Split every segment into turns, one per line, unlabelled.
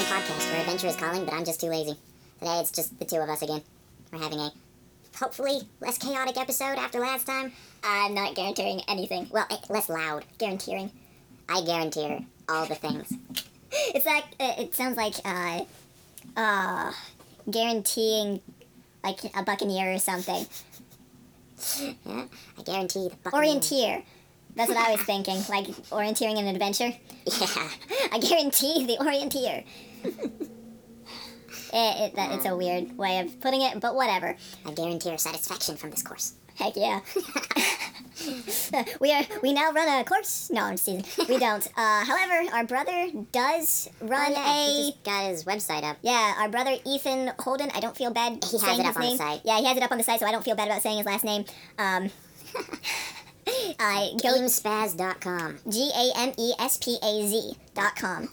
adventure is calling, but I'm just too lazy. Today it's just the two of us again. We're having a hopefully less chaotic episode after last time.
I'm not guaranteeing anything.
Well, eh, less loud.
Guaranteeing.
I guarantee all the things.
It's like it, it sounds like uh, uh, guaranteeing like a buccaneer or something.
Yeah, I guarantee the buccaneer.
Orienteer. That's what I was thinking. Like orienteering an adventure.
Yeah.
I guarantee the orienteer. Eh, it, it, that, it's
Um.
a weird way of putting it, but whatever.
I guarantee your satisfaction from this course.
Heck yeah. we are we now run a course. No, I'm just teasing. We don't. Uh, however, our brother does run
Oh, he
a.
just got his website up.
Yeah, our brother Ethan Holden. I don't feel bad
He has
saying
it
his
up on the
name.
site.
Yeah, he has it up on the site, so I don't feel bad about saying his last name. Um, I go
Gamespaz.com.
G A M E S P A Z dot com.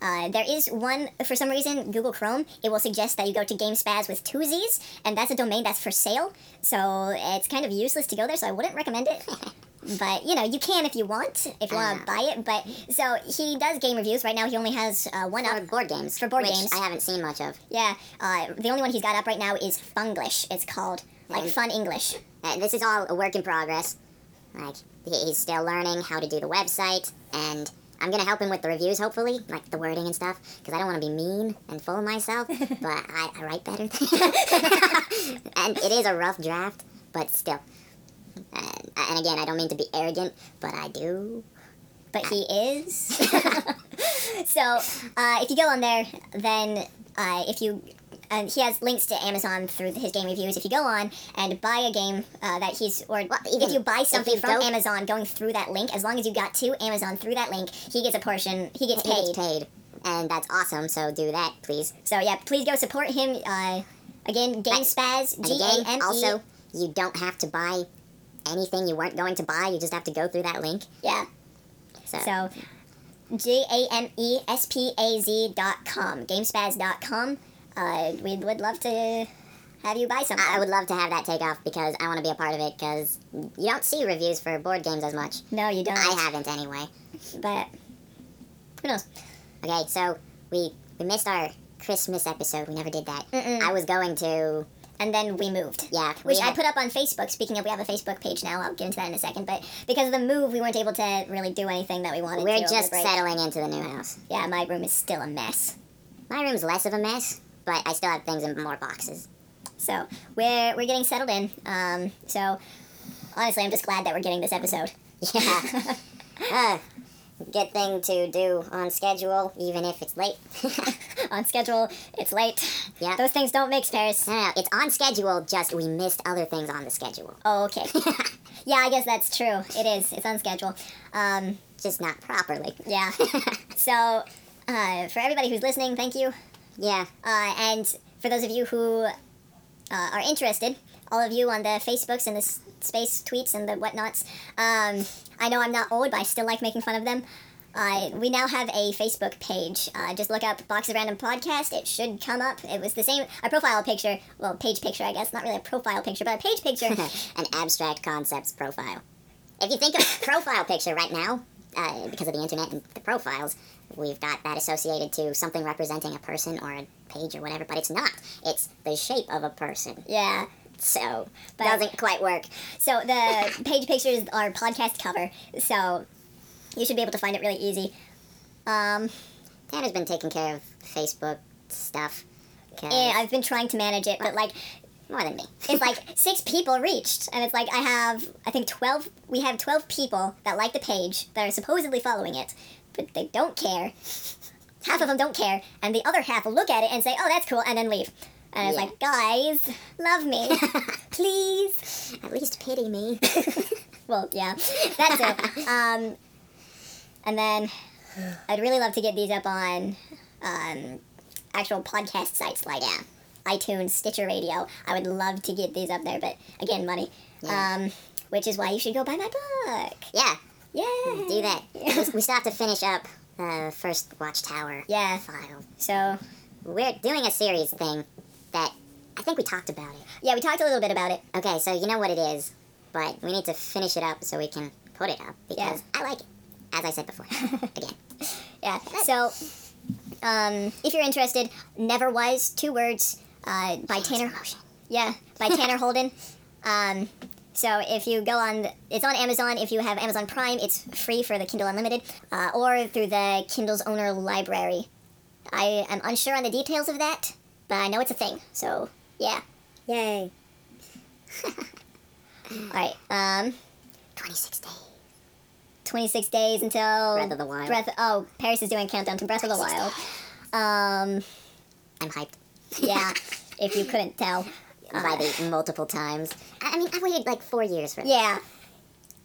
Uh, there is one, for some reason, Google Chrome, it will suggest that you go to GameSpaz with two Z's, and that's a domain that's for sale, so it's kind of useless to go there, so I wouldn't recommend it. but, you know, you can if you want, if you
Ah.
want to buy it. But, so he does game reviews. Right now, he only has uh, one
For
up.
board games.
For board
which
games.
I haven't seen much of.
Yeah, uh, the only one he's got up right now is Funglish. It's called, like,
Mm.
Fun English.
Uh, this is all a work in progress. Like, he- he's still learning how to do the website, and I'm gonna help him with the reviews, hopefully, like the wording and stuff, because I don't wanna be mean and full of myself, but I, I write better. and it is a rough draft, but still. Uh, and again, I don't mean to be arrogant, but I do.
but he is. so uh, if you go on there, then uh, if you. Uh, he has links to Amazon through his game reviews. If you go on and buy a game uh, that he's, or
even
if you buy
if
something
you
from
go-
Amazon going through that link, as long as you got to Amazon through that link, he gets a portion. He gets
He gets
paid.
paid. And that's awesome, so do that, please.
So yeah, please go support him. Uh, again, GameSpaz.
And
G A M
again,
E.
also, you don't have to buy anything you weren't going to buy, you just have to go through that link.
yeah. So, G A M E S P A Z dot com, gamespaz dot com. Uh, we would love to have you buy something.
I I would love to have that take off because I want to be a part of it because you don't see reviews for board games as much.
No, you don't.
I haven't anyway.
But who knows?
Okay, so we we missed our Christmas episode. We never did that.
Mm-mm.
I was going to
And then we moved.
yeah. we
Which I
had-
put up on Facebook. Speaking of, we have a Facebook page now. I'll get into that in a second. But because of the move, we weren't able to really do anything that we wanted to.
We're
over the
just
break.
settling into the new house.
Yeah, my room is still a mess.
My room's less of a mess, but I still have things in more boxes.
So we're we're getting settled in. Um, so honestly, I'm just glad that we're getting this episode.
Yeah. uh, good thing to do on schedule, even if it's late.
on schedule. It's late.
Yeah.
Those things don't mix, Paris.
no, no, no, it's on schedule. Just we missed other things on the schedule.
Oh, okay. yeah, I guess that's true. It is. It's on schedule. Um,
Just not properly.
yeah. so, uh, for everybody who's listening, thank you.
Yeah.
Uh, and for those of you who uh, are interested, all of you on the Facebooks and the s- space tweets and the whatnots, um, I know I'm not old, but I still like making fun of them. Uh, we now have a Facebook page. Uh, just look up Box of Random Podcast. It should come up. It was the same. Our profile picture, well, page picture, I guess. Not really a profile picture, but a page picture.
an abstract concepts profile. If you think of profile picture right now, uh, because of the internet and the profiles, we've got that associated to something representing a person or a page or whatever, but it's not. It's the shape of a person.
yeah.
So,
But-
doesn't quite work.
So the page picture is our podcast cover. So you should be able to find it really easy. Um,
Tanner's been taking care of Facebook stuff. 'cause-
eh, I've been trying to manage it, but like
more than me.
it's like six people reached and it's like i have i think 12 we have 12 people that like the page that are supposedly following it but they don't care half of them don't care and the other half look at it and say oh that's cool and then leave and it's
Yeah.
like guys love me please
At least pity me.
well yeah that's it um, and then i'd really love to get these up on um, actual podcast sites like uh,
Yeah.
iTunes, Stitcher Radio. I would love to get these up there, but again, money.
Yeah.
Um, which is why you should go buy my book.
Yeah,
Yeah.
do that. We- we still have to finish up the first Watchtower
Yeah.
file.
So
We're doing a series thing that I think we talked about it.
yeah, we talked a little bit about it.
Okay, so you know what it is, but we need to finish it up so we can put it up because I like it, as I said before. Again.
Yeah. So um, if you're interested, Never Was, two words, uh, by Tanner. Yeah, by Tanner Holden. Um, so if you go on, it's on Amazon. If you have Amazon Prime, it's free for the Kindle Unlimited, uh, or through the Kindle's owner library. I am unsure on the details of that, but I know it's a thing. So yeah.
Yay.
All right. Um,
26 days.
26 days until
Breath of the Wild.
Breath. Oh, Paris is doing a countdown to Breath of the Wild. Um,
I'm hyped.
yeah. if you couldn't tell.
By the multiple times. I, I mean, I've waited like four years for this.
Yeah.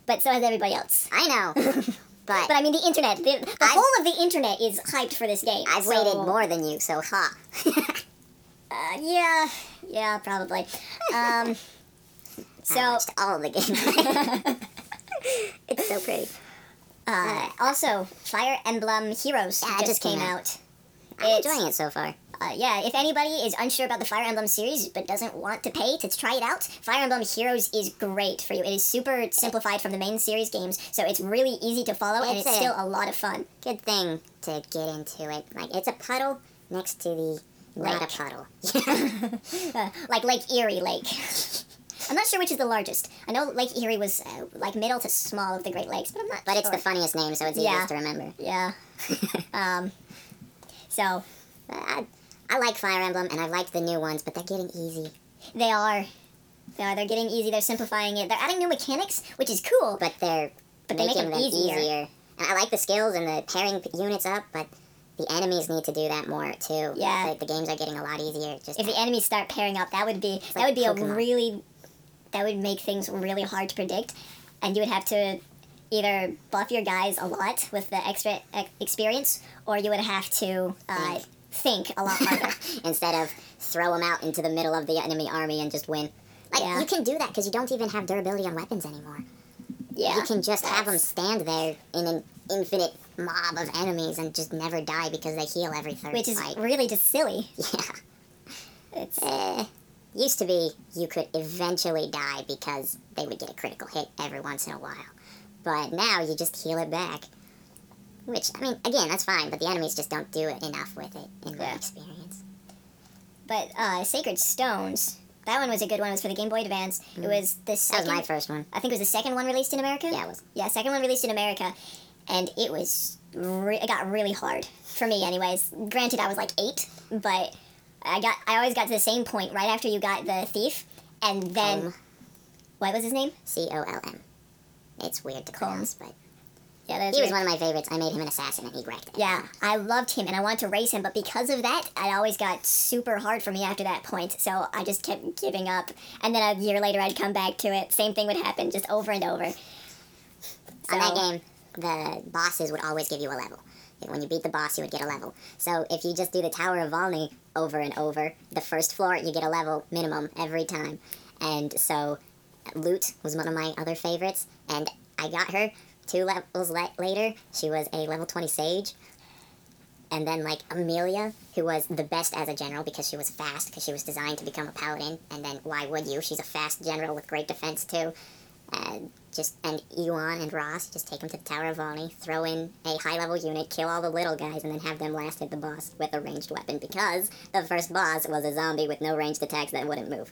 But so has everybody else.
I know. but,
But I mean, the internet. The, the
I've-
whole of the internet is hyped for this game.
I've
so-
waited more than you, so ha.
Uh, yeah. Yeah, probably.
I
Um, so
watched all of the gameplay. it's so pretty.
uh, also Fire Emblem Heroes
Yeah, it
just,
just came
came
out.
out.
I'm
It's-
enjoying it so far.
Uh, yeah, if anybody is unsure about the Fire Emblem series but doesn't want to pay to try it out, Fire Emblem Heroes is great for you. It is super simplified from the main series games, so it's really easy to follow and
It's
it's
a-
still a lot of fun.
Good thing to get into it. Like, it's a puddle next to the not a
Lake.
puddle.
Uh, like Lake Erie Lake. I'm not sure which is the largest. I know Lake Erie was uh, like middle to small of the Great Lakes, but I'm not
But it's
sure.
the funniest name, so it's
Yeah.
easiest to remember.
Yeah. um, so uh,
But I, I like Fire Emblem, and I've liked the new ones, but they're getting easy.
they are. They are. They're getting easy. They're simplifying it. They're adding new mechanics, which is cool.
But they're
But they make
making
them
them
easier.
And I like the skills and the pairing p- units up, but the enemies need to do that more too.
Yeah.
Like, the games are getting a lot easier. Just
if the enemies start pairing up, that would be that
like
would be a
Pokemon.
really that would make things really hard to predict, and you would have to either buff your guys a lot with the extra ex- experience, or you would have to uh, think a lot harder.
instead of throw them out into the middle of the enemy army and just win. Like
Yeah.
you can do that because you don't even have durability on weapens anymore.
yeah,
You can just have 'em have them stand there in an infinite mob of enemies and just never die because they heal every third
which is
fight.
really just silly.
yeah.
It's
Eh, used to be you could eventually die because they would get a critical hit every once in a while, but now you just heal it back. Which I mean, again, that's fine, but the enemies just don't do it enough with it in my
Yeah.
experience.
but uh, Sacred Stones. That one was a good one. It was for the Game Boy Advance. It was the
Mm. That was
second.
my first one.
I think it was the second one released in America.
Yeah, it was.
Yeah, second one released in America, and it was re- it got really hard for me. Anyways, granted, I was like eight, but I got I always got to the same point right after you got the thief, and then
Colm.
what was his name?
C O L M. It's weird to pronounce, but
Yeah, that's
he was
right.
one of my favorites. I made him an assassin and he wrecked it.
Yeah, I loved him and I wanted to race him, but because of that, I always got super hard for me after that point. So I just kept giving up, and then a year later, I'd come back to it. Same thing would happen, just over and over.
On that
So-
game, the bosses would always give you a level. When you beat the boss, you would get a level. So if you just do the Tower of Volney over and over, the first floor, you get a level minimum every time. And so Loot was one of my other favorites, and I got her two levels la- later. She was a level 20 sage. And then, like, Amelia, who was the best as a general because she was fast, because she was designed to become a paladin. And then, why would you? She's a fast general with great defense, too. Uh, just and Ewan and Ross just take them to the Tower of Volney, throw in a high level unit, kill all the little guys, and then have them last hit the boss with a ranged weapon because the first boss was a zombie with no ranged attacks that wouldn't move.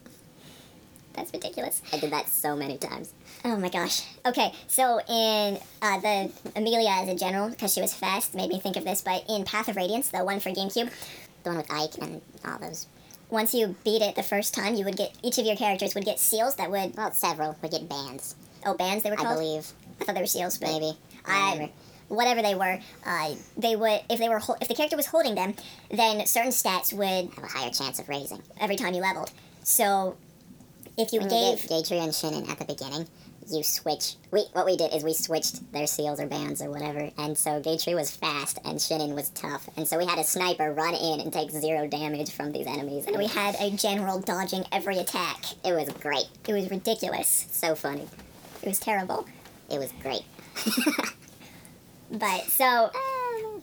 That's ridiculous.
I did that so many times.
Oh my gosh. Okay, so in uh, the Amelia as a general, because she was fast, made me think of this, but in Path of Radiance, the one for GameCube,
The one with Ike and all those.
once you beat it the first time, you would get each of your characters would get seals that would
Well, several would get bans,
oh bands they were
I
called.
believe.
I thought they were seals, but
Maybe. I
I,
remember.
whatever they were, uh, they would if they were hol- if the character was holding them, then certain stats would
Have a higher chance of raising.
every time you leveled. So if you
When
gave
you get Gatry and Shannon at the beginning, you switch. We what we did is we switched their seals or bands or whatever, and so Gatry was fast and Shannon was tough, and so we had a sniper run in and take zero damage from these enemies, and
we
we
had a general dodging every attack.
it was great,
It was ridiculous.
so funny,
It was terrible.
it was great.
But so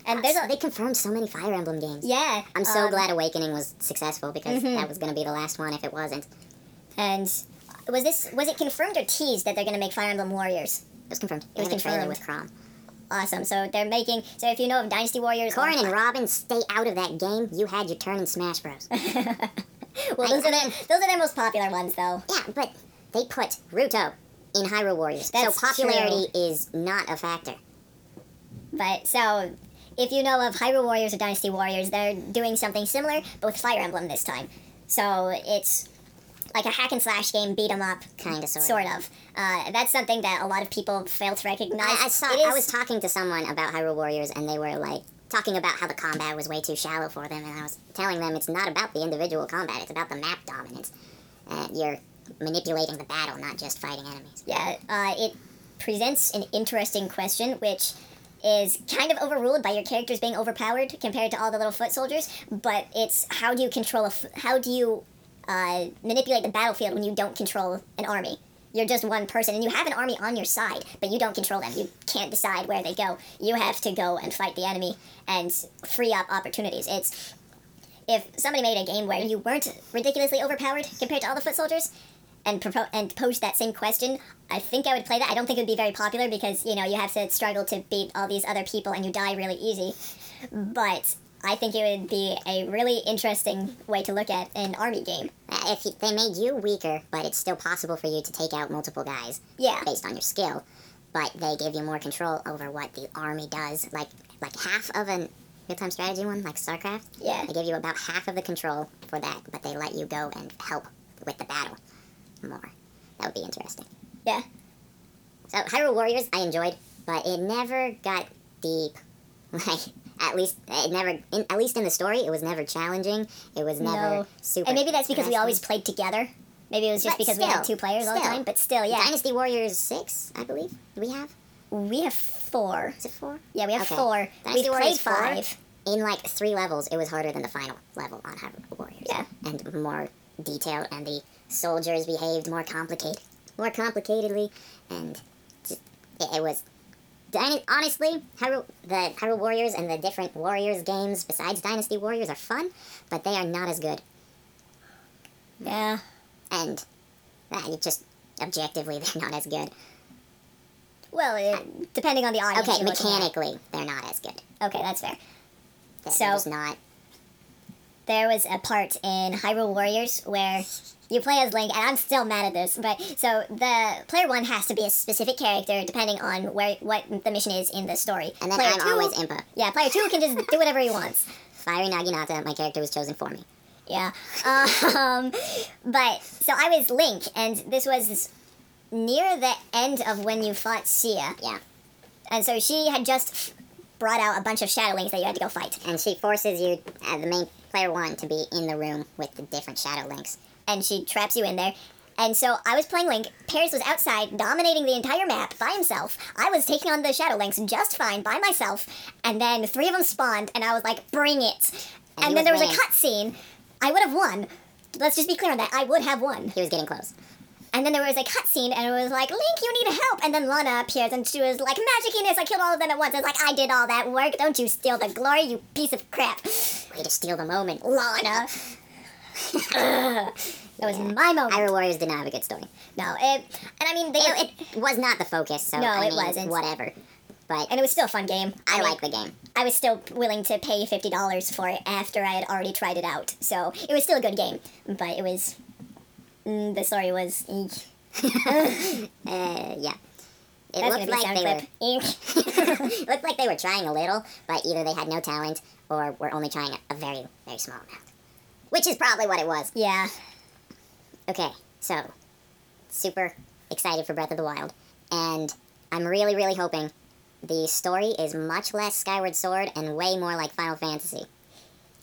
and there's a,
they confirmed so many Fire Emblem games.
Yeah.
Eh, I'm so
um, Mm-hmm.
glad Awakening was successful because that was gonna be the last one if it wasn't. It
And was this was it confirmed or teased that they're gonna make Fire Emblem Warriors?
was confirmed. It
was
was a trailer
confirmed.
with Crom.
awesome. So they're making. So if you know of Dynasty Warriors,
Corin and Robin, stay out of that game. You had your turn in Smash Bros. yeah,
well,
I-
those are their, those are their most popular ones, though.
but they put Ruto in Hyrule Warriors.
That's
so popularity is not a factor.
But so, if you know of Hyrule Warriors or Dynasty Warriors, they're doing something similar, but with Fire Emblem this time. So it's like a hack and slash game, beat 'em up,
Kinda, sorta.
sort of. Uh, that's something that a lot of people fail to recognize.
I, I saw.
It
I
is-
was talking to someone about Hyrule Warriors, and they were like talking about how the combat was way too shallow for them. And I was telling them it's not about the individual combat; it's about the map dominance. Uh, you're manipulating the battle, not just fighting enemies.
Yeah, uh, it presents an interesting question, which is kind of overruled by your characters being overpowered compared to all the little foot soldiers. But it's how do you control a f- how do you uh, manipulate the battlefield when you don't control an army? You're just one person, and you have an army on your side, but you don't control them. You can't decide where they go. You have to go and fight the enemy and free up opportunities. It's if somebody made a game where you weren't ridiculously overpowered compared to all the foot soldiers, and propo- and pose that same question, I think I would play that. I don't think it would be very popular because you know you have to struggle to beat all these other people and you die really easy. But I think it would be a really interesting way to look at an army game.
Uh, If you, they made you weaker, but it's still possible for you to take out multiple guys
Yeah,
based on your skill, but they give you more control over what the army does. Like like half of an real-time strategy one, like StarCraft.
yeah,
They give you about half of the control for that, but they let you go and help with the battle more. That would be interesting.
yeah.
So Hyrule Warriors, I enjoyed, but it never got deep. Like at least it never, in, at least in the story, it was never challenging. It was never
No.
super.
And maybe that's because we
wrestling.
always played together. Maybe it was just
But
because we had two
still,
players all the
still.
time. But still, yeah,
Dynasty Warriors six, I believe. Do we have
we have four.
is it four?
Yeah, we have
Okay.
four.
Dynasty
We've played
Warriors four?
five.
In like three levels, it was harder than the final level on Hyrule Warriors.
Yeah.
And more detailed, and the soldiers behaved more complicated, more complicatedly, and just, it, it was. Dyna- honestly, Hyrule, the Hyrule Warriors and the different Warriors games besides Dynasty Warriors are fun, but they are not as good.
Yeah.
And uh, it just objectively, they're not as good.
Well, it, depending on the audience.
Okay,
you're looking at.
mechanically, they're not as good.
Okay, that's fair.
They're
So-
just not.
there was a part in Hyrule Warriors where you play as Link, and I'm still mad at this, but so the player one has to be a specific character depending on where what the mission is in the story.
And then
player
I'm always Impa.
yeah, player two can just do whatever he wants.
Fiery Naginata, my character was chosen for me.
Yeah. Um, but so I was Link, and this was near the end of when you fought Sia,
Yeah.
and so she had just brought out a bunch of Shadowlings that you had to go fight.
And she forces you, uh, the main player one, to be in the room with the different Shadow Links.
and she traps you in there. And so I was playing Link. Paris was outside, dominating the entire map by himself. I was taking on the Shadow Links just fine by myself. And then three of them spawned, and I was like, "Bring it!" And,
he
then
was
there was
winning.
a cutscene. I would have won. Let's just be clear on that. I would have won.
He was getting close.
And then there was a cutscene, and it was like, "Link, you need help!" And then Lana appears, and she was like, "Magic Enos, I killed all of them at once." I was like, "I did all that work. Don't you steal the glory, you piece of crap,
Way to steal the moment.
Lana." Ugh. that was my moment.
Hyrule Warriors did not have a good story.
No, it, and I mean, they,
It,
it,
it was not the focus, so
No,
I
it
mean,
wasn't.
Whatever. But
and it was still a fun game.
I,
mean,
like the game.
I was still willing to pay fifty dollars for it after I had already tried it out, so it was still a good game. But it was, mm, the story was. Eek.
Uh, yeah. It
That's gonna
looked
be
like
sound
they
clip.
were
Eek.
it looked like they were trying a little, but either they had no talent or were only trying a, a very, very small amount. Which is probably what it was.
Yeah,
Okay, so super excited for Breath of the Wild, and I'm really, really hoping the story is much less Skyward Sword and way more like Final Fantasy.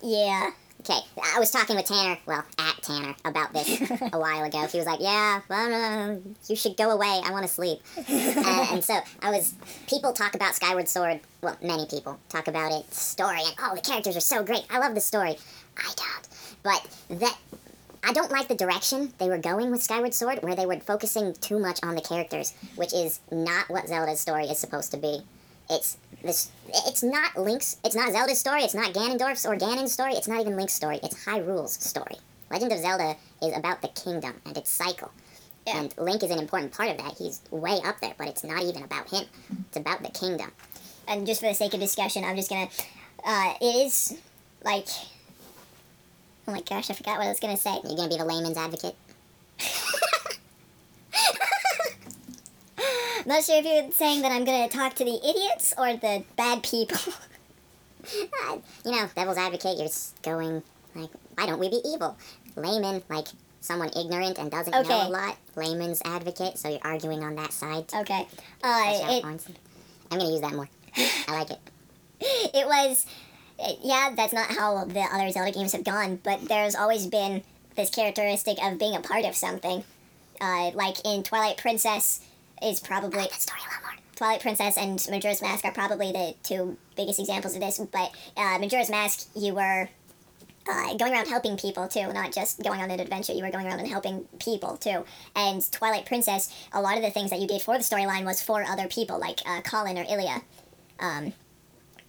yeah.
Okay, I was talking with Tanner, well, at Tanner, about this a while ago. He was like, "Yeah, well, no, you should go away. I want to sleep." uh, and so I was. People talk about Skyward Sword. Well, many people talk about its story, and oh, the characters are so great. I love the story. I don't, but that I don't like the direction they were going with Skyward Sword, where they were focusing too much on the characters, which is not what Zelda's story is supposed to be. It's this. It's not Link's. It's not Zelda's story. It's not Ganondorf's or Ganon's story. It's not even Link's story. It's Hyrule's story. Legend of Zelda is about the kingdom and its cycle,
Yeah.
and Link is an important part of that. He's way up there, but it's not even about him. It's about the kingdom.
and just for the sake of discussion, I'm just gonna. Uh, it is like. Oh my gosh, I forgot what I was gonna say.
You're gonna be the layman's advocate.
I'm not sure if you're saying that I'm gonna talk to the idiots or the bad people.
Uh, you know, devil's advocate. You're just going like, why don't we be evil? Layman, like someone ignorant and doesn't
Okay.
know a lot. Layman's advocate. So you're arguing on that side.
okay.
Watch
Uh,
out,
it,
Ornstein. I'm gonna use that more. I like it.
it was uh, yeah that's not how the other zelda games have gone but there's always been this characteristic of being a part of something uh, like in twilight princess is probably
That story a lot more.
twilight princess and majora's mask are probably the two biggest examples of this but uh, majora's mask you were uh, going around helping people too not just going on an adventure you were going around and helping people too and twilight princess a lot of the things that you did for the storyline was for other people like uh, colin or ilya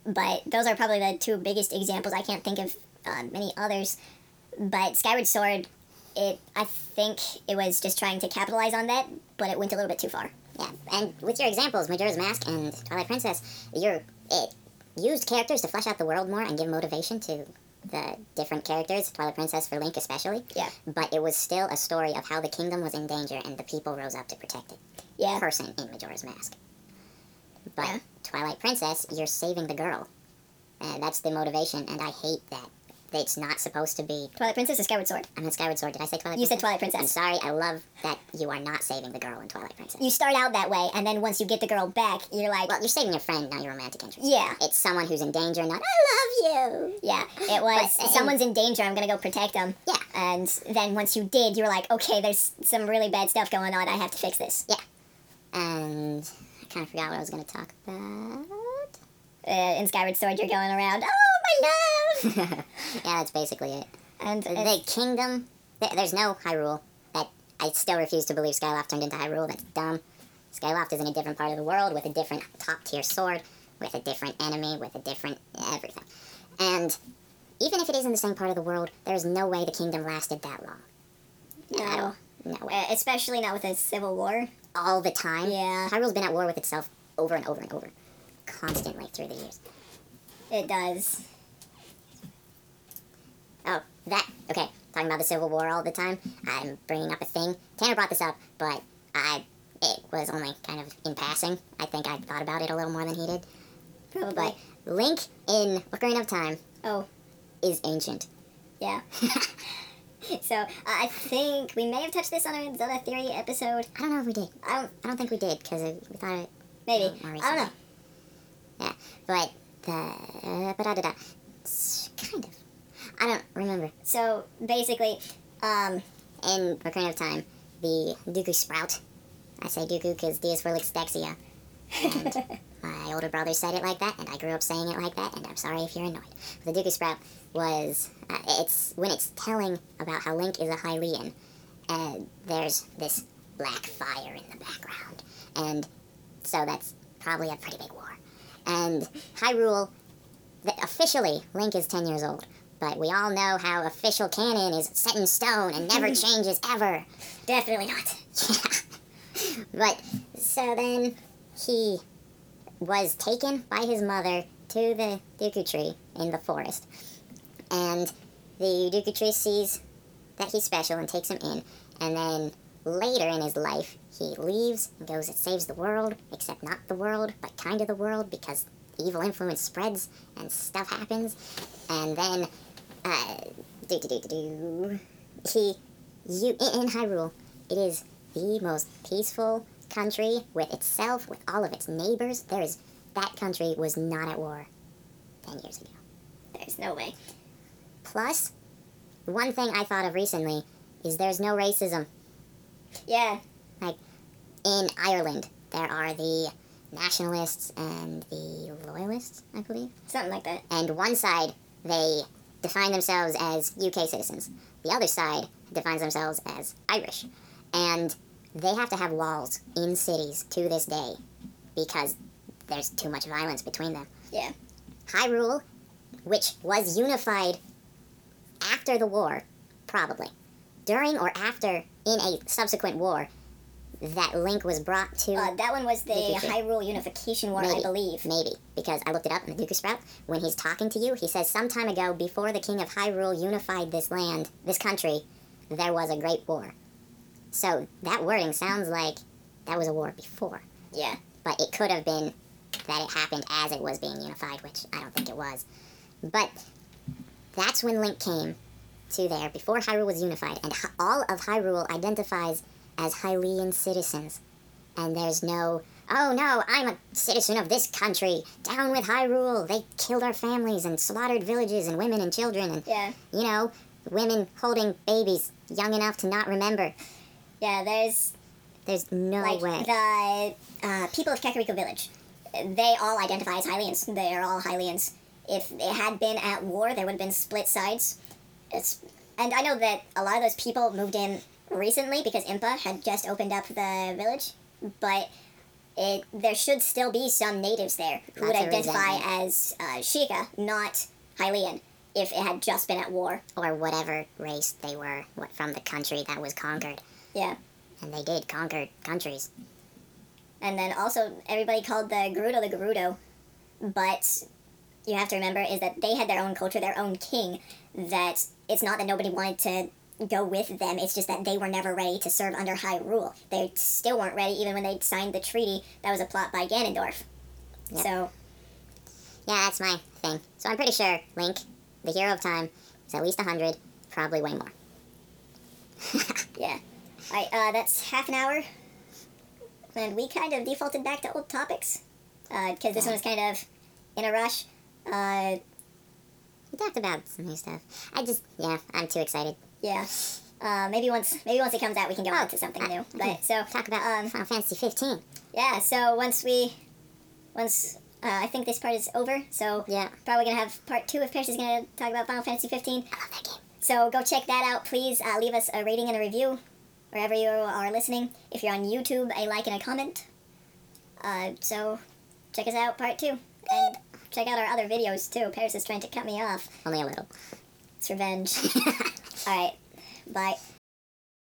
but those are probably the two biggest examples. I can't think of uh, many others. But Skyward Sword, it I think it was just trying to capitalize on that, but it went a little bit too far.
Yeah, and with your examples, Majora's Mask and Twilight Princess, you're it used characters to flesh out the world more and give motivation to the different characters. Twilight Princess for Link especially.
Yeah.
But it was still a story of how the kingdom was in danger and the people rose up to protect it.
Yeah.
Person in Majora's Mask. But
Yeah.
Twilight Princess, you're saving the girl. Uh, that's the motivation, and I hate that. It's not supposed to be.
Twilight Princess or Skyward Sword?
I meant Skyward Sword. Did I say Twilight?
You said
Princess?
Twilight
I'm
Princess.
sorry. I love that you are not saving the girl in Twilight Princess.
You start out that way, and then once you get the girl back, you're like,
Well, you're saving your friend, not your romantic interest.
yeah,
It's someone who's in danger, not I love you.
yeah. It was
But-
someone's in danger. I'm gonna go protect them.
Yeah.
And then once you did, you were like, okay, there's some really bad stuff going on. I have to fix this.
And I kind of forgot what I was going to talk about.
Uh, in Skyward Sword, you're going around, oh my love,
yeah, that's basically it.
and
The,
it's-
the kingdom, th- there's no Hyrule. That I still refuse to believe Skyloft turned into Hyrule. That's dumb. Skyloft is in a different part of the world with a different top tier sword, with a different enemy, with a different everything. And even if it is in the same part of the world, there's no way the kingdom lasted that long. At all. No way.
Uh, especially not with a civil war.
all the time.
Yeah.
Hyrule's been at war with itself over and over and over, constantly through the years.
It does.
Oh, that okay. Talking about the Civil War all the time. I'm bringing up a thing. Tanner brought this up, but I it was only kind of in passing. I think I thought about it a little more than he did.
Probably.
But Link in Ocarina of Time
oh,
is ancient.
yeah. so uh, I think we may have touched this on our Zelda theory episode.
I don't know if we did.
I don't.
I don't think we did because we thought it
Maybe.
More
I don't
recently.
know.
Yeah, but the uh, but da da da, kind of. I don't remember.
So basically, um,
in Ocarina of Time, the Dooku Sprout. I say Dooku because Dias for Lixdexia. And my older brother said it like that, and I grew up saying it like that, and I'm sorry if you're annoyed. But the Dooku Sprout was, uh, it's when it's telling about how Link is a Hylian, and there's this black fire in the background. And so that's probably a pretty big war. And Hyrule, th- officially, Link is 10 years old. But we all know how official canon is set in stone and never changes ever.
definitely not.
But so then he was taken by his mother to the Dooku tree in the forest. And the Dooku tree sees that he's special and takes him in. And then later in his life, he leaves and goes and saves the world, except not the world, but kind of the world because the evil influence spreads and stuff happens. And then, uh, do do do do do, he, you in in Hyrule, it is the most peaceful country with itself, with all of its neighbors. There is that country was not at war ten years ago.
There's no way.
Plus, one thing I thought of recently is there's no racism.
Yeah.
In Ireland, there are the nationalists and the loyalists, I believe.
Something like that.
And one side, they define themselves as UK citizens. The other side defines themselves as Irish. And they have to have walls in cities to this day because there's too much violence between them.
Yeah.
Hyrule, which was unified after the war, probably. During or after in a subsequent war, that link was brought to.
Uh, that one was the
Maybe.
Hyrule Unification War, I
Maybe.
believe.
Maybe, because I looked it up in the Duke of Sprout. When he's talking to you, he says, Some time ago, before the king of Hyrule unified this land, this country, there was a great war. So that wording sounds like that was a war before.
Yeah.
But it could have been that it happened as it was being unified, which I don't think it was. But that's when Link came to there, before Hyrule was unified, and Hy- all of Hyrule identifies as Hylian citizens. And there's no, oh no, I'm a citizen of this country, down with Hyrule, they killed our families and slaughtered villages and women and children, and,
Yeah.
you know, women holding babies young enough to not remember.
Yeah, there's
There's no
like
way.
the uh, people of Kakariko Village. They all identify as Hylians. They are all Hylians. If it had been at war, there would have been split sides. It's and I know that a lot of those people moved in recently because Impa had just opened up the village, but it there should still be some natives there who would
Lots of
identify
resentment.
as uh, Shika, not Hylian, if it had just been at war.
or whatever race they were what, from the country that was conquered.
Yeah.
And they did conquer countries.
And then also, everybody called the Gerudo the Gerudo. But you have to remember is that they had their own culture, their own king. That it's not that nobody wanted to go with them, it's just that they were never ready to serve under high rule. They still weren't ready, even when they signed the treaty that was a plot by Ganondorf.
Yeah.
So,
Yeah, that's my thing. So I'm pretty sure Link, the hero of time, is at least 100, probably way more.
yeah. Alright, uh, that's half an hour. And we kind of defaulted back to old topics. Because this one was kind of in a rush. Uh,
We talked about some new stuff. I just, yeah, I'm too excited.
Yeah. Uh, maybe once maybe once it comes out we can go on to something
Oh, I-
new.
I
But
can
so
Talk about
um
Final Fantasy 15.
yeah, so once we once uh, I think this part is over, so
Yeah.
probably gonna have part two of Pierce is gonna talk about Final Fantasy fifteen.
I love that game.
So go check that out, please. Uh, leave us a rating and a review wherever you are listening. If you're on YouTube, a like and a comment. Uh, so check us out, part two, and check out our other videos too. Paris is trying to cut me off.
Only a little.
It's revenge. All right, bye.